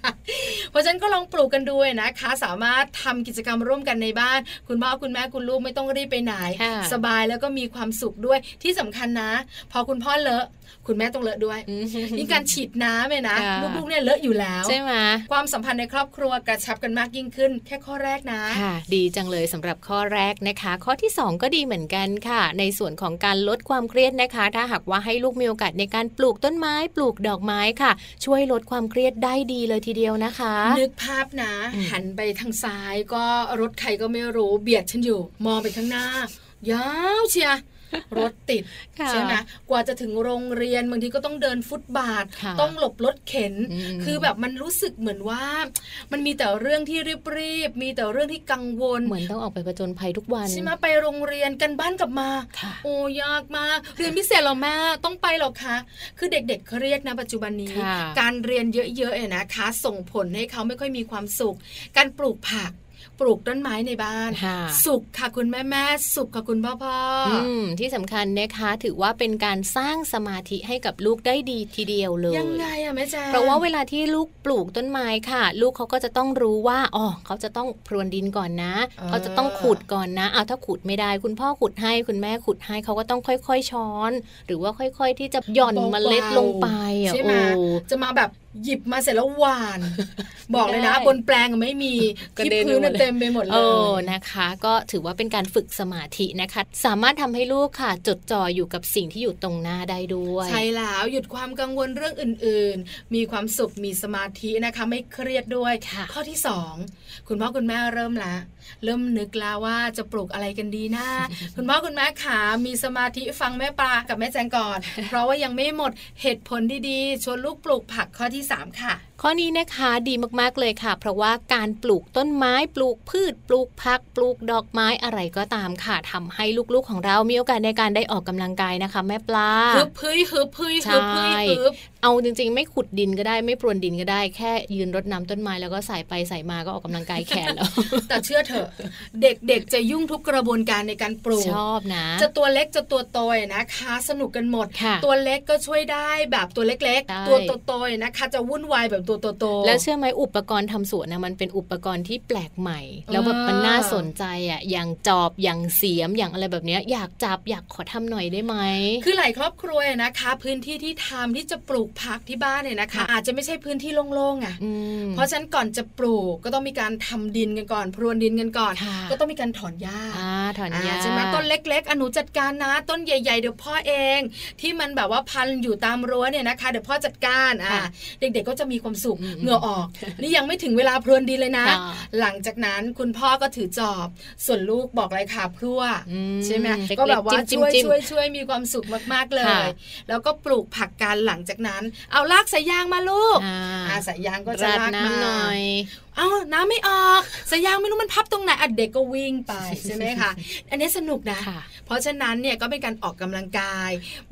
[SPEAKER 2] [LAUGHS] เพราะฉะนั้นก็ลองปลูกกันด้วยนะคะ สามารถทำกิจกรรมร่วมกันในบ้าน คุณพ่อคุณแม่คุณลูกไม่ต้องรีบไปไหน
[SPEAKER 1] ค่ะ
[SPEAKER 2] สบายแล้วก็มีความสุขด้วยที่สำคัญนะ พอคุณพ่อเลอะ คุณแม่ต้องเลอะด้วย
[SPEAKER 1] อืม
[SPEAKER 2] นี่การฉีดน้ำเนี่ยนะ
[SPEAKER 1] ค่ะ
[SPEAKER 2] ลูกๆเนี่ยเลอะอยู่แล้ว
[SPEAKER 1] ใช่ไหม
[SPEAKER 2] ความสัมพันธ์ในครอบครัวกระชับกันมากยิ่งขึ้น แค่ข้อแรกนะ
[SPEAKER 1] ค่ะ ดีจังเลยสำหรับข้อแรกนะคะ ข้อที่ 2 ก็ดีเหมือนกันค่ะ ในส่วนของการลดความเครียดนะคะ ถ้าหากว่าให้ลูกมีโอกาสในการปลูกต้นไม้ ปลูกดอกไม้ค่ะ ช่วยลดความเครียดได้ดีเลยทีเดียวนะคะ
[SPEAKER 2] นึกภาพนะ
[SPEAKER 1] อืม
[SPEAKER 2] หันไปทางซ้ายก็รถใครก็ไม่รู้เบียดฉันอยู่ มองไปข้างหน้ายาวเชี
[SPEAKER 1] [LAUGHS]
[SPEAKER 2] ยรถติด
[SPEAKER 1] ค่ะ
[SPEAKER 2] ใช่ไหมกว่าจะถึงโรงเรียนบางทีก็ต้องเดินฟุตบาท
[SPEAKER 1] ค่ะ
[SPEAKER 2] ต้องหลบรถเข็น
[SPEAKER 1] อืม
[SPEAKER 2] คือแบบมันรู้สึกเหมือนว่า มันมีแต่เรื่องที่รีบๆมีแต่เรื่องที่กังวล
[SPEAKER 1] เหมือนต้องออกไปผจญภัยทุกวัน
[SPEAKER 2] ใช่ไหมไปโรงเรียนกันบ้านกลับมา
[SPEAKER 1] ค่ะ
[SPEAKER 2] โอ้ยากมากเรียนพิเศษเหรอแม่ต้องไปเหรอคะ คือเด็กๆเครียดนะปัจจุบันนี้
[SPEAKER 1] ค่ะ
[SPEAKER 2] การเรียนเยอะๆเนี่ยนะคะ ส่งผลให้เขาไม่ค่อยมีความสุข การปลูกผัก ปลูกต้นไม้ในบ้าน
[SPEAKER 1] ค่ะ
[SPEAKER 2] สุขค่ะคุณแม่แม่ๆสุขค่ะคุณพ่อพ่ออ
[SPEAKER 1] อืมที่สำคัญนะคะถือว่าเป็นการสร้างสมาธิให้กับลูกได้ดีทีเดียวเลย
[SPEAKER 2] ยังไงอะแม่แจ๊
[SPEAKER 1] เพราะว่าเวลาที่ลูกปลูกต้นไม้ค่ะ ลูกเขาก็จะต้องรู้ว่าอ๋อเขาจะต้องพรวนดินก่อนนะ เขาจะต้องขุดก่อนนะเอาถ้าขุดไม่ได้ คุณพ่อขุดให้คุณแม่ขุดให้เขาก็ต้องค่อยๆช้อน หรือว่าค่อย ๆ ที่จะหย่อนเมล็ดลงไปอ่ะ
[SPEAKER 2] ใช่ไหม
[SPEAKER 1] โอ้
[SPEAKER 2] จะมาแบบหยิบมาเสร็จแล้วหวาน บอกเลยนะ
[SPEAKER 1] ไม่ได้
[SPEAKER 2] บนแปลงอะไม่มี
[SPEAKER 1] กระ
[SPEAKER 2] ที่
[SPEAKER 1] เด็น
[SPEAKER 2] พื้นอะ
[SPEAKER 1] ไปหมดเลย
[SPEAKER 2] เต็มไปหมดเล
[SPEAKER 1] เออย นะคะ ก็ถือว่าเป็นการฝึกสมาธินะคะ สามารถทำให้ลูกค่ะ จดจ่ออยู่กับสิ่งที่อยู่ตรงหน้าได้ด้วย
[SPEAKER 2] ใช่แล้วหยุดความกังวลเรื่องอื่น ๆ มีความสุขมีสมาธินะคะ ไม่เครียดด้วย
[SPEAKER 1] ค่ะ
[SPEAKER 2] ข้อที่สองคุณพ่อคุณแม่เริ่มละ เริ่มนึกแล้วว่าจะปลูกอะไรกันดี
[SPEAKER 1] [LAUGHS]
[SPEAKER 2] นะ คุณพ่อคุณแม่ขามีสมาธิฟังแม่ปลากับแม่แจงก่อน เพราะว่ายังไม่หมดเหตุผลดีๆชวนลูกปลูกผักข้อที่สามค่ะ
[SPEAKER 1] ข้อนี้นะคะดีมากๆเลยค่ะ เพราะว่าการปลูกต้นไม้ ปลูกพืช ปลูกผัก ปลูกดอกไม้อะไรก็ตามค่ะทำให้ลูกๆของเรามีโอกาสในการได้ออกกำลังกายนะคะ แม่ปลา
[SPEAKER 2] ฮึบพื้ยฮึบพื้ยฮึบพื้ย
[SPEAKER 1] ใช่
[SPEAKER 2] ฮึบ
[SPEAKER 1] เอาจริงๆ ไม่ขุดดินก็ได้ไม่พรวนดินก็ได้ แค่ยืนรดน้ำต้นไม้แล้วก็ใส่ไปใส่มาก็ออกกำลังกายแข
[SPEAKER 2] [LAUGHS]
[SPEAKER 1] นแล้ว
[SPEAKER 2] แต่เชื่อเถอะ เด็กๆ จะยุ่งทุกกระบวนการในการปลูก
[SPEAKER 1] ชอบนะ
[SPEAKER 2] จะตัวเล็กจะตัวโตอะนะคะ สนุกกันหมด
[SPEAKER 1] ค่ะ
[SPEAKER 2] ตัวเล็กก็ช่วยได้แบบตัวเล็ก
[SPEAKER 1] ใช่
[SPEAKER 2] ๆ ตัวโตๆอะนะคะ จะวุ่นวายแบบตัวโตๆ
[SPEAKER 1] แล้วเชื่อไหมอุปกรณ์ทำสวนนะมันเป็นอุปกรณ์ที่แปลกใหม่ แล้วแบบ
[SPEAKER 2] อ่ามั
[SPEAKER 1] มันน่าสนใจอ่ะอย่างจอบอย่างเสียมอย่างอะไรแบบเนี้ยอยากจับอยากขอทำหน่อยได้ไหม
[SPEAKER 2] คือหลายครอบครัวอะนะคะ พื้นที่ที่ทำที่จะปลูกผักที่บ้านเนี่ยนะคะ
[SPEAKER 1] ค่ะ
[SPEAKER 2] อาจจะไม่ใช่พื้นที่โล่งๆอ่ะ
[SPEAKER 1] อืม
[SPEAKER 2] เพราะฉะนั้นก่อนจะปลูกก็ต้องมีการทำดินกันก่อน พรวนดินกันก่อน
[SPEAKER 1] ค่ะ
[SPEAKER 2] ก็ต้องมีการถอนหญ้า
[SPEAKER 1] อ่าถอนหญ้า
[SPEAKER 2] อ่าใช่ไหมต้นเล็กๆอะหนูจัดการนะ ต้นใหญ่ๆ เดี๋ยวพ่อเอง ที่มันแบบว่าพันอยู่ตามรั้วเนี่ยนะคะ เดี๋ยวพ่อจัดการอ่า
[SPEAKER 1] ค่ะ
[SPEAKER 2] เด็กๆก็จะมีความสุข
[SPEAKER 1] อืม
[SPEAKER 2] เหงื่อออก นี่ยังไม่ถึงเวลาพรวนดินเลยนะ
[SPEAKER 1] ค่ะ
[SPEAKER 2] หลังจากนั้นคุณพ่อก็ถือจอบ ส่วนลูกบอกไรค่ะพรั่ว
[SPEAKER 1] อืม
[SPEAKER 2] ใช่ไหม
[SPEAKER 1] เล็กๆ
[SPEAKER 2] ก็แบบว่า
[SPEAKER 1] จิ้
[SPEAKER 2] ช่
[SPEAKER 1] ม
[SPEAKER 2] วย
[SPEAKER 1] ๆจิ้ม
[SPEAKER 2] ช่วยช่วยมีความสุขมากๆเลย
[SPEAKER 1] ค่ะ
[SPEAKER 2] แล้วก็ปลูกผักกันหลังจากนั้น เอาลากสายยางมาลูก
[SPEAKER 1] อ่า
[SPEAKER 2] อาสายยางก็จะ
[SPEAKER 1] ราด
[SPEAKER 2] ลากมา
[SPEAKER 1] น้ำหน่อย
[SPEAKER 2] เอาน้ำไม่ออกสายยางไม่รู้มันพับตรงไหนอ่ะเด็กก็วิ่ง
[SPEAKER 1] [LAUGHS]
[SPEAKER 2] ไปใช่ไหมคะ อันนี้สนุกนะ
[SPEAKER 1] ค่ะ
[SPEAKER 2] เพราะฉะนั้นเนี่ยก็เป็นการออกกำลังกาย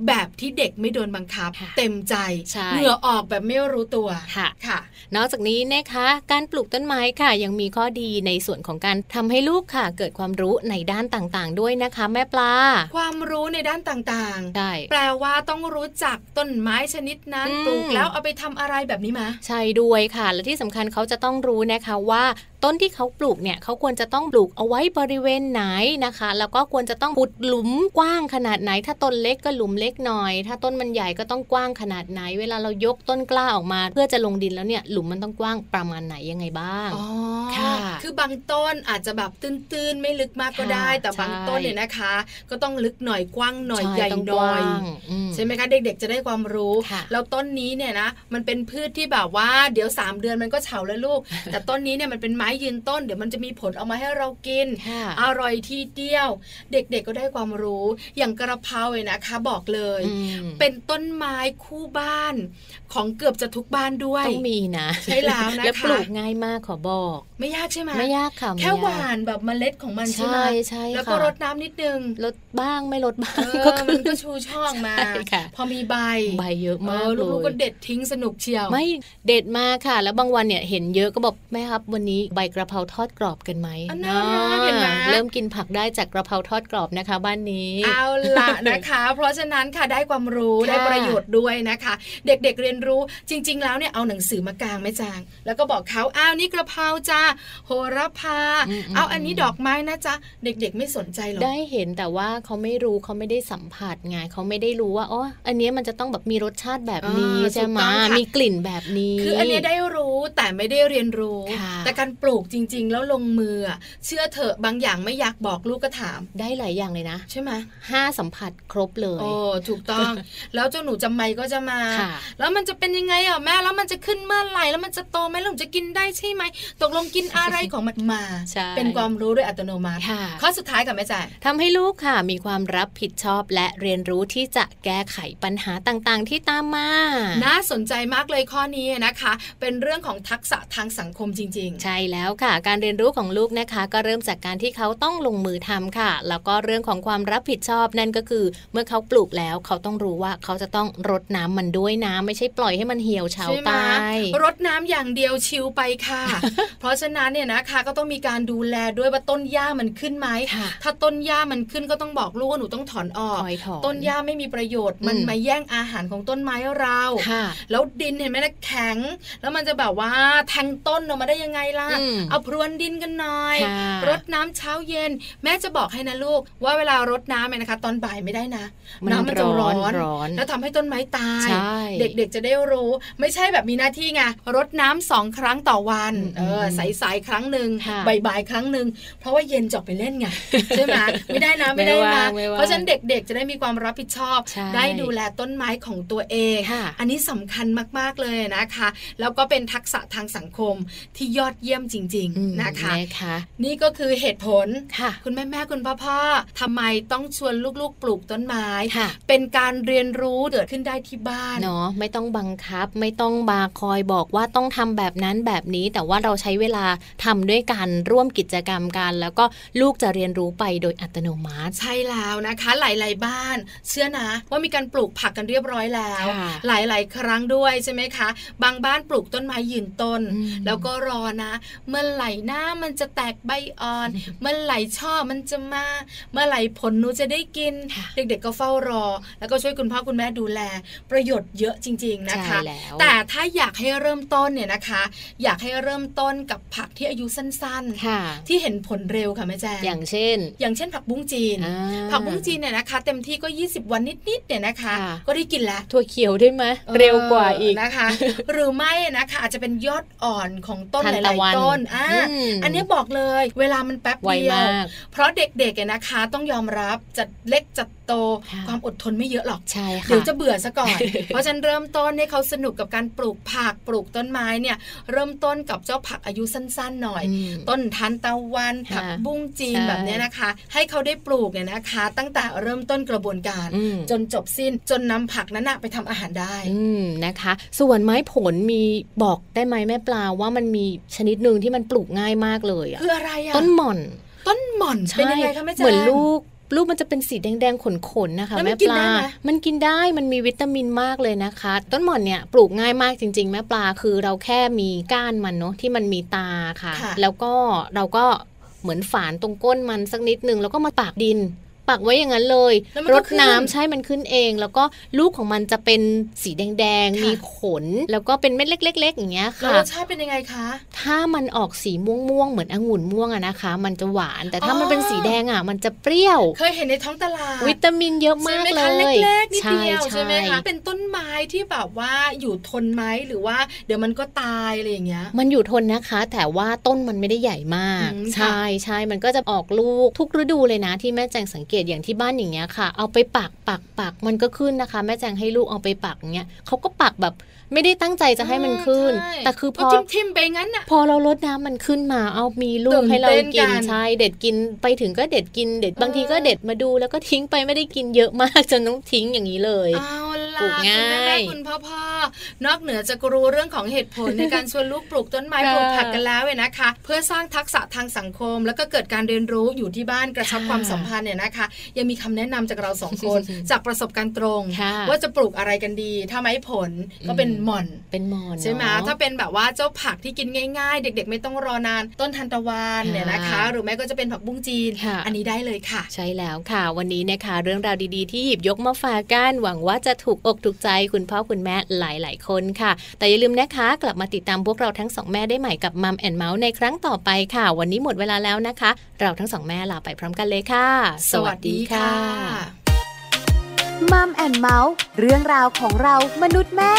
[SPEAKER 2] แบบที่เด็กไม่โดนบังคับ
[SPEAKER 1] ค่ะ
[SPEAKER 2] เต็มใจ
[SPEAKER 1] ใช่
[SPEAKER 2] เหงื่อออกแบบไม่รู้ตัว
[SPEAKER 1] ค่ะ
[SPEAKER 2] ค่ะ
[SPEAKER 1] นอกจากนี้นะคะการปลูกต้นไม้ค่ะ ยังมีข้อดีในส่วนของการทำให้ลูกค่ะ เกิดความรู้ในด้านต่างๆ ด้วยนะคะ แม่ปลา
[SPEAKER 2] ความรู้ในด้านต่างๆ
[SPEAKER 1] ได้
[SPEAKER 2] แปลว่าต้องรู้จักต้นไม้ชนิดนั้น
[SPEAKER 1] อืม
[SPEAKER 2] ปลูกแล้วเอาไปทำอะไรแบบนี้มา
[SPEAKER 1] ใช่ด้วยค่ะ และที่สำคัญเขาจะต้องรู้นะคะว่า ต้นที่เขาปลูกเนี่ยเขาควรจะต้องปลูกเอาไว้บริเวณไหนนะคะ แล้วก็ควรจะต้องขุดหลุมกว้างขนาดไหน ถ้าต้นเล็กก็หลุมเล็กหน่อย ถ้าต้นมันใหญ่ก็ต้องกว้างขนาดไหน เวลาเรายกต้นกล้าออกมา เพื่อจะลงดินแล้วเนี่ยหลุมมันต้องกว้างประมาณไหนยังไงบ้าง
[SPEAKER 2] อ๋อ
[SPEAKER 1] ค่ะ
[SPEAKER 2] คือบางต้นอาจจะแบบตื้นๆ ไม่ลึกมากก็
[SPEAKER 1] ค่ะ
[SPEAKER 2] ได้ แต่บาง
[SPEAKER 1] ใช่
[SPEAKER 2] ต้นเนี่ยนะคะ ก็ต้องลึกหน่อยกว้างหน่อยใหญ่
[SPEAKER 1] ต้องก
[SPEAKER 2] หน่อ
[SPEAKER 1] ว้าย งอืม
[SPEAKER 2] ใช่ไหมคะ เด็กๆจะได้ความรู้
[SPEAKER 1] ค่ะ
[SPEAKER 2] แล้วต้นนี้เนี่ยนะมันเป็นพืชที่แบบว่าเดี๋ยว 3 เดือนมันก็เฉาแล้ว
[SPEAKER 1] [LAUGHS]
[SPEAKER 2] ลูก แต่ต้นนี้เนี่ยมันเป็นไม้ยืนต้นเดี๋ยวมันจะมีผลเอามาให้เรากิน
[SPEAKER 1] ค่ะ
[SPEAKER 2] อร่อยที่เดียว เด็กๆก็ได้ความรู้ อย่างกระเพราเนี่ยนะคะบอกเลย
[SPEAKER 1] อืม
[SPEAKER 2] เป็นต้นไม้คู่บ้าน ของเกือบจะทุกบ้านด้วย
[SPEAKER 1] ต้องมีนะ
[SPEAKER 2] ใช่แล้วนะคะ
[SPEAKER 1] แล้วปลูกง่ายมากขอบอก
[SPEAKER 2] ไม่ยากใช่ไหม
[SPEAKER 1] ไม่ยากค่ะไม่
[SPEAKER 2] แค่
[SPEAKER 1] ยก
[SPEAKER 2] หวานแบบเมล็ดของมันใช่
[SPEAKER 1] ใช่
[SPEAKER 2] ไหม
[SPEAKER 1] ใช่
[SPEAKER 2] แล้วก็
[SPEAKER 1] ค่ะ
[SPEAKER 2] รดน้ำนิดนึง
[SPEAKER 1] ลดบ้างไม่ลดบ้า
[SPEAKER 2] เองอ
[SPEAKER 1] ก็คือ
[SPEAKER 2] มันก็ชูช่องมา
[SPEAKER 1] ใช่ค่ะ
[SPEAKER 2] พอมีใบ
[SPEAKER 1] ใบเยอะ
[SPEAKER 2] เอ
[SPEAKER 1] มาก
[SPEAKER 2] อ
[SPEAKER 1] เล
[SPEAKER 2] ลูกๆก็
[SPEAKER 1] ย
[SPEAKER 2] เด็ดทิ้งสนุกเชียว
[SPEAKER 1] ไม่เด็ดมากค่ะ แล้วบางวันเนี่ยเห็นเยอะก็บอกแม่ครับ วันนี้ใบกระเพราทอดกรอบกันไหม
[SPEAKER 2] อันน่ารักเห็นไหม
[SPEAKER 1] เริ่มกินผักได้จากกระเพราทอดกรอบนะคะ บ้านนี้
[SPEAKER 2] เอาล่ะนะคะ [LAUGHS] เพราะฉะนั้นค่ะได้ความรู้
[SPEAKER 1] ค่ะ
[SPEAKER 2] ได้ประโยชน์ด้วยนะคะ เด็กๆเรียนรู้จริง ๆ แล้วเนี่ยเอาหนังสือมากางแม่จาง แล้วก็บอกเขาอ้าวนี่กระเพราจ้าโหระพา
[SPEAKER 1] ม
[SPEAKER 2] เอาอันนี้ดอกไม้นะจ๊ะเด็กๆไม่สนใจหรอก
[SPEAKER 1] ได้เห็นแต่ว่าเขาไม่รู้เขาไม่ได้สัมผัสไงเขาไม่ได้รู้ว่าอ๋ออันเนี้ยมันจะต้องแบบมีรสชาติแบบนี้
[SPEAKER 2] อ่า
[SPEAKER 1] ใช่ไหม
[SPEAKER 2] ถูกต้องค่ะ
[SPEAKER 1] มีกลิ่นแบบนี้
[SPEAKER 2] คืออันเนี้ยได้รู้แต่ไม่ได้เรียนรู้
[SPEAKER 1] ค่ะ
[SPEAKER 2] แต่การปลูกจริง ๆ แล้วลงมืออะเชื่อเถอะบางอย่างไม่อยากบอกลูกก็ถาม
[SPEAKER 1] ได้หลายอย่างเลยนะ
[SPEAKER 2] ใช่ไหม
[SPEAKER 1] ห้าสัมผัสครบเลย
[SPEAKER 2] โอ้ถูกต้อง แล้วเจ้าหนูจำไม่ก็จะมา
[SPEAKER 1] ค่ะ
[SPEAKER 2] แล้วมันจะเป็นยังไงอ่ะแม่แล้วมันจะขึ้นเมื่อไหร่แล้วมันจะโตไหมแล้วผมจะกินได้ใช่ไหมตกลงกินอะไรของมันมา
[SPEAKER 1] ใช่
[SPEAKER 2] เป็นความรู้โดยอัตโนมัติ
[SPEAKER 1] ค่ะ
[SPEAKER 2] ข้อสุดท้ายกับแม่แจ๋ง
[SPEAKER 1] ทำให้ลูกค่ะมีความรับผิดชอบและเรียนรู้ที่จะแก้ไขปัญหาต่างๆ ที่ตามมา
[SPEAKER 2] น่าสนใจมากเลยข้อนี้นะคะ เป็นเรื่องของทักษะทางสังคมจริง ๆ
[SPEAKER 1] ใช่แล้วค่ะ การเรียนรู้ของลูกนะคะ ก็เริ่มจากการที่เขาต้องลงมือทำค่ะ แล้วก็เรื่องของความรับผิดชอบนั่นก็คือ เมื่อเขาปลูกแล้วเขาต้องรู้ว่าเขาจะต้องรดน้ำมันด้วยนะไม่ใช่ปล่อยให้มันเหี่ยวเฉา
[SPEAKER 2] ใช่ไห
[SPEAKER 1] ไป
[SPEAKER 2] มรดน้ำอย่างเดียวชิวไป
[SPEAKER 1] [LAUGHS]
[SPEAKER 2] ค่ะ เพราะฉะนั้นเนี่ยนะคะก็ต้องมีการดูแลด้วยว่าต้นหญ้ามันขึ้นไหม
[SPEAKER 1] ค่ะ
[SPEAKER 2] ถ้าต้นหญ้ามันขึ้นก็ต้องบอกลูกว่าหนูต้องถอนออก
[SPEAKER 1] คอยถอน
[SPEAKER 2] ต้นหญ้าไม่มีประโยชน์ มัน
[SPEAKER 1] อืม
[SPEAKER 2] มาแย่งอาหารของต้นไม้เรา
[SPEAKER 1] ค่ะ
[SPEAKER 2] แล้วดินเห็นไหมนะแข็ง แล้วมันจะแบบว่าแทงต้นออกมาได้ยังไงล่ะ
[SPEAKER 1] อืม
[SPEAKER 2] เอาพรวนดินกันหน่อย
[SPEAKER 1] ค่ะ
[SPEAKER 2] รดน้ำเช้าเย็น แม่จะบอกให้นะลูก ว่าเวลารดน้ำเนี่ยนะคะ ตอนบ่ายไม่ได้นะ
[SPEAKER 1] มัน
[SPEAKER 2] น้ำมันจะร้
[SPEAKER 1] ร้
[SPEAKER 2] อ
[SPEAKER 1] อน นร้อน
[SPEAKER 2] แล้วทำให้ต้นไม้ตาย
[SPEAKER 1] ใช่
[SPEAKER 2] เด็กๆจะได้รู้ ไม่ใช่แบบมีหน้าที่ไงรดน้ำสองครั้งต่อวัน
[SPEAKER 1] อืม
[SPEAKER 2] เออสายๆครั้งหนึ่ง
[SPEAKER 1] ค่ะ
[SPEAKER 2] บ่ายๆครั้งหนึ่งเพราะว่าเย็นจบไปเล่นไง
[SPEAKER 1] [LAUGHS]
[SPEAKER 2] ใช่ไหมไม่ได้นะไม่ได้
[SPEAKER 1] ไม่ว่า
[SPEAKER 2] นะ
[SPEAKER 1] งไม่ว่าง
[SPEAKER 2] เพราะฉะนั้นเด็กๆ จะได้มีความรับผิดชอบ
[SPEAKER 1] ใช่
[SPEAKER 2] ได้ดูแลต้นไม้ของตัวเอง
[SPEAKER 1] ค่ะ
[SPEAKER 2] อันนี้สำคัญมากๆเลยนะคะ แล้วก็เป็นทักษะทางสังคมที่ยอดเยี่ยมจริง
[SPEAKER 1] อืม
[SPEAKER 2] ๆนะคะ
[SPEAKER 1] นะคะ
[SPEAKER 2] นี่ก็คือเหตุผล
[SPEAKER 1] ค่ะ
[SPEAKER 2] คุณแม่แม่ๆคุณพ่อพ่อๆทำไมต้องชวนลูกๆ ปลูกต้นไม้
[SPEAKER 1] ค่ะ
[SPEAKER 2] เป็นการเรียนรู้เกิดขึ้นได้ที่บ้าน
[SPEAKER 1] เนาะไม่ต้องบังคับไม่ต้องบาคอยบอกว่าต้องทำแบบนั้นแบบนี้ แต่ว่าเราใช้เวลาทำด้วยกันร่วมกิจกรรมกัน แล้วก็ลูกจะเรียนรู้ไปโดยอัตโนมัติ
[SPEAKER 2] ใช่แล้วนะคะหลาย ๆ บ้าน เชื่อนะ ว่ามีการปลูกผักกันเรียบร้อยแล้ว
[SPEAKER 1] ค่ะ
[SPEAKER 2] หลาย ๆ ครั้งด้วยใช่ไหมคะ บางบ้านปลูกต้นไม้ยืนต้น
[SPEAKER 1] อืม
[SPEAKER 2] แล้วก็รอนะ เมื่อไหร่หน้ามันจะแตกใบอ่
[SPEAKER 1] [LAUGHS]
[SPEAKER 2] อน เมื่อไหร่ช่อมันจะมา เมื่อไหร่ผลหนูจะได้กิน
[SPEAKER 1] ค่ะ
[SPEAKER 2] เด็ก ๆ ก็เฝ้ารอ แล้วก็ช่วยคุณพ่อคุณแม่ดูแล ประโยชน์เยอะจริง ๆ นะ
[SPEAKER 1] ใช่
[SPEAKER 2] คะ
[SPEAKER 1] แล้ว
[SPEAKER 2] แต่ถ้าอยากให้เริ่มต้นเนี่ยนะคะ อยากให้เริ่มต้นกับผักที่อายุสั้น
[SPEAKER 1] ค่ะ
[SPEAKER 2] ๆ ที่เห็นผลเร็วค่ะแม่แจ้ง
[SPEAKER 1] อย่างเช่น
[SPEAKER 2] อย่างเช่นผักบุ้งจีน
[SPEAKER 1] อ่า
[SPEAKER 2] ผักบุ้งจีนเนี่ยนะคะ เต็มที่ก็ 20 วันนิดๆเนี่ยนะคะ
[SPEAKER 1] ค่ะ
[SPEAKER 2] ก็ได้กินละ
[SPEAKER 1] ถั่วเขียวด้วยไหมเร็วกว่าอีก
[SPEAKER 2] เนะคะ
[SPEAKER 1] [LAUGHS]
[SPEAKER 2] หรือไม่นะคะอาจจะเป็นยอดอ่อนของต้น
[SPEAKER 1] ทา
[SPEAKER 2] ห
[SPEAKER 1] นตะ
[SPEAKER 2] ลาย
[SPEAKER 1] วัน
[SPEAKER 2] ๆต้นอ่า
[SPEAKER 1] อืม
[SPEAKER 2] อันเนี้ยบอกเลย เวลามันแป๊บ
[SPEAKER 1] ไว
[SPEAKER 2] เดียว
[SPEAKER 1] มาก
[SPEAKER 2] เพราะเด็กๆเนี่ยนะคะต้องยอมรับจะเล็กจะ โต
[SPEAKER 1] ค่ะ
[SPEAKER 2] ความอดทนไม่เยอะหรอก
[SPEAKER 1] ใช่ค่ะ
[SPEAKER 2] เดี๋ยวจะเบื่อซะก่อน
[SPEAKER 1] [LAUGHS]
[SPEAKER 2] เพราะฉะนันเริ่มต้นให้เขาสนุกกับการปลูกผักปลูกต้นไม้เนี่ย เริ่มต้นกับเจ้าผักอายุสั้นๆหน่อย
[SPEAKER 1] อืม
[SPEAKER 2] ต้นทานตะวันผัก
[SPEAKER 1] ค่ะ
[SPEAKER 2] บุ้งจีน
[SPEAKER 1] ใช่
[SPEAKER 2] แบบเนี้ยนะคะ ให้เขาได้ปลูกเนี่ยนะคะ ตั้งแต่เริ่มต้นกระบวนการ
[SPEAKER 1] อืม
[SPEAKER 2] จนจบสิ้นจนนำผักนั้นนะไปทำอาหารได้
[SPEAKER 1] อืมนะคะ ส่วนไม้ผลมีบอกได้ไหมแม่ปลาว่ามันมีชนิดหนึ่งที่มันปลูกง่ายมากเลยอะ
[SPEAKER 2] คืออะไรอะ
[SPEAKER 1] ต้นหม่อน
[SPEAKER 2] ต้นหม่อนเป็นยังไงคะแม่แจ
[SPEAKER 1] เหมือนลูกลูกมันจะเป็นสีแดงๆขนๆนะคะ
[SPEAKER 2] แล้วมั
[SPEAKER 1] แม่
[SPEAKER 2] นกิ
[SPEAKER 1] ป
[SPEAKER 2] นได้
[SPEAKER 1] ลา
[SPEAKER 2] ไหม
[SPEAKER 1] มันกินได้มันมีวิตามินมากเลยนะคะ ต้นหม่อนเนี่ยปลูกง่ายมากจริง ๆ แม่ปลาคือเราแค่มีก้านมันเนาะที่มันมีตาค่ะ
[SPEAKER 2] ค่ะ
[SPEAKER 1] แล้วก็เราก็เหมือนฝานตรงก้นมันสักนิดนึงแล้วก็มาปากดิน ปักไว้อย่างนั้นเลย
[SPEAKER 2] แล้วมัน
[SPEAKER 1] ร
[SPEAKER 2] ก็
[SPEAKER 1] ด
[SPEAKER 2] ขึ้น
[SPEAKER 1] น้ำใช่มันขึ้นเอง แล้วก็ลูกของมันจะเป็นสีแดงๆ
[SPEAKER 2] ค่ะ
[SPEAKER 1] มีขน แล้วก็เป็นเม็ดเล็ก ๆ อย่างเงี้ย
[SPEAKER 2] แล้ว
[SPEAKER 1] ค่ะ
[SPEAKER 2] รสชาติเป็นยังไงคะ
[SPEAKER 1] ถ้ามันออกสีม่วงๆ เหมือนองุ่นม่วงอะนะคะ มันจะหวาน แต่ถ้า
[SPEAKER 2] อ๋อ
[SPEAKER 1] มันเป็นสีแดงอะมันจะเปรี้ยว
[SPEAKER 2] เคยเห็นในท้องตลาด
[SPEAKER 1] วิตามินเยอะมากเล
[SPEAKER 2] ใช่
[SPEAKER 1] ย
[SPEAKER 2] ไหคะเล็กๆนิดเดียว
[SPEAKER 1] ใช่
[SPEAKER 2] ใช่ไหมคะเป็นต้นไม้ที่แบบว่าอยู่ทนไหมหรือว่า เดี๋ยวมันก็ตายอะไรอย่างเงี้ย
[SPEAKER 1] มันอยู่ทนนะคะ แต่ว่าต้นมันไม่ได้ใหญ่มาก
[SPEAKER 2] อืมค่ะ
[SPEAKER 1] ใช่ใช่มันก็จะออกลูกทุกฤดูเลยนะ ที่แม่แจงสังเกตอย่างที่บ้านอย่างเงี้ยค่ะ เอาไปปักปักปักมันก็ขึ้นนะคะ แม่แจงให้ลูกเอาไปปักอย่างเงี้ยเขาก็ปักแบบไม่ได้ตั้งใจจะให้มันขึ้น
[SPEAKER 2] ใช่
[SPEAKER 1] แต่คือพอ
[SPEAKER 2] ก็ทิ่มๆไปงั้นน่ะ
[SPEAKER 1] พอเราลดน้ำมันขึ้นมา เอามีลู
[SPEAKER 2] ตื่
[SPEAKER 1] ก
[SPEAKER 2] น
[SPEAKER 1] ให้เรา
[SPEAKER 2] เต้นกั
[SPEAKER 1] กิน
[SPEAKER 2] น
[SPEAKER 1] ใช่เด็ดกินไปถึงก็เด็ดกินเด็ด
[SPEAKER 2] เออ
[SPEAKER 1] บางทีก็เด็ดมาดูแล้วก็ทิ้งไปไม่ได้กินเยอะมาก [LAUGHS] จนต้องทิ้งอย่างนี้เลย
[SPEAKER 2] เอาล่ะ
[SPEAKER 1] ปลูก
[SPEAKER 2] คุณ
[SPEAKER 1] ง่าย
[SPEAKER 2] แม่แม่คุณพ่อพ่อนอกเหนือจากรู้เรื่องของเหตุผล ในการชวนลูกปลูกต้นไม้
[SPEAKER 1] ค่ะ
[SPEAKER 2] ปลูกผักกันแล้วเนี่ยนะคะ เพื่อสร้างทักษะทางสังคม แล้วก็เกิดการเรียนรู้อยู่ที่บ้านกระชับ
[SPEAKER 1] ค่ะ
[SPEAKER 2] ความสัมพันธ์เนี่ยนะคะ ยังมีคำแนะนำจากเราสองคน จากประสบการณ์ตรง
[SPEAKER 1] ค่ะ
[SPEAKER 2] ว่าจะปลูกอะไรกันดีถ้าไม้ผลก็เป็น
[SPEAKER 1] อืม
[SPEAKER 2] หม่อน
[SPEAKER 1] เป็นมอนเนอะ
[SPEAKER 2] ใช่ไหมถ้าเป็นแบบว่าเจ้าผักที่กินง่าย ๆ เด็ก ๆ ไม่ต้องรอนานต้นทานตะวัน
[SPEAKER 1] ค่ะ
[SPEAKER 2] เนี่ยนะคะ หรือไม่ก็จะเป็นผักบุ้งจีน
[SPEAKER 1] ค่ะ
[SPEAKER 2] อันนี้ได้เลยค่ะ
[SPEAKER 1] ใช่แล้วค่ะ วันนี้นะคะ เรื่องราวดีๆที่หยิบยกมาฝากกันหวังว่าจะถูกอกถูกใจคุณพ่อคุณแม่หลายๆคนค่ะ แต่อย่าลืมนะคะ กลับมาติดตามพวกเราทั้งสองแม่ได้ใหม่กับมัมแอนเมาส์ในครั้งต่อไปค่ะ วันนี้หมดเวลาแล้วนะคะ เราทั้งสองแม่ลาไปพร้อมกันเลยค่ะ
[SPEAKER 2] สวัสดีค่ะ
[SPEAKER 6] มัมแอนเมาส์เรื่องราวของเรามนุษย์แม่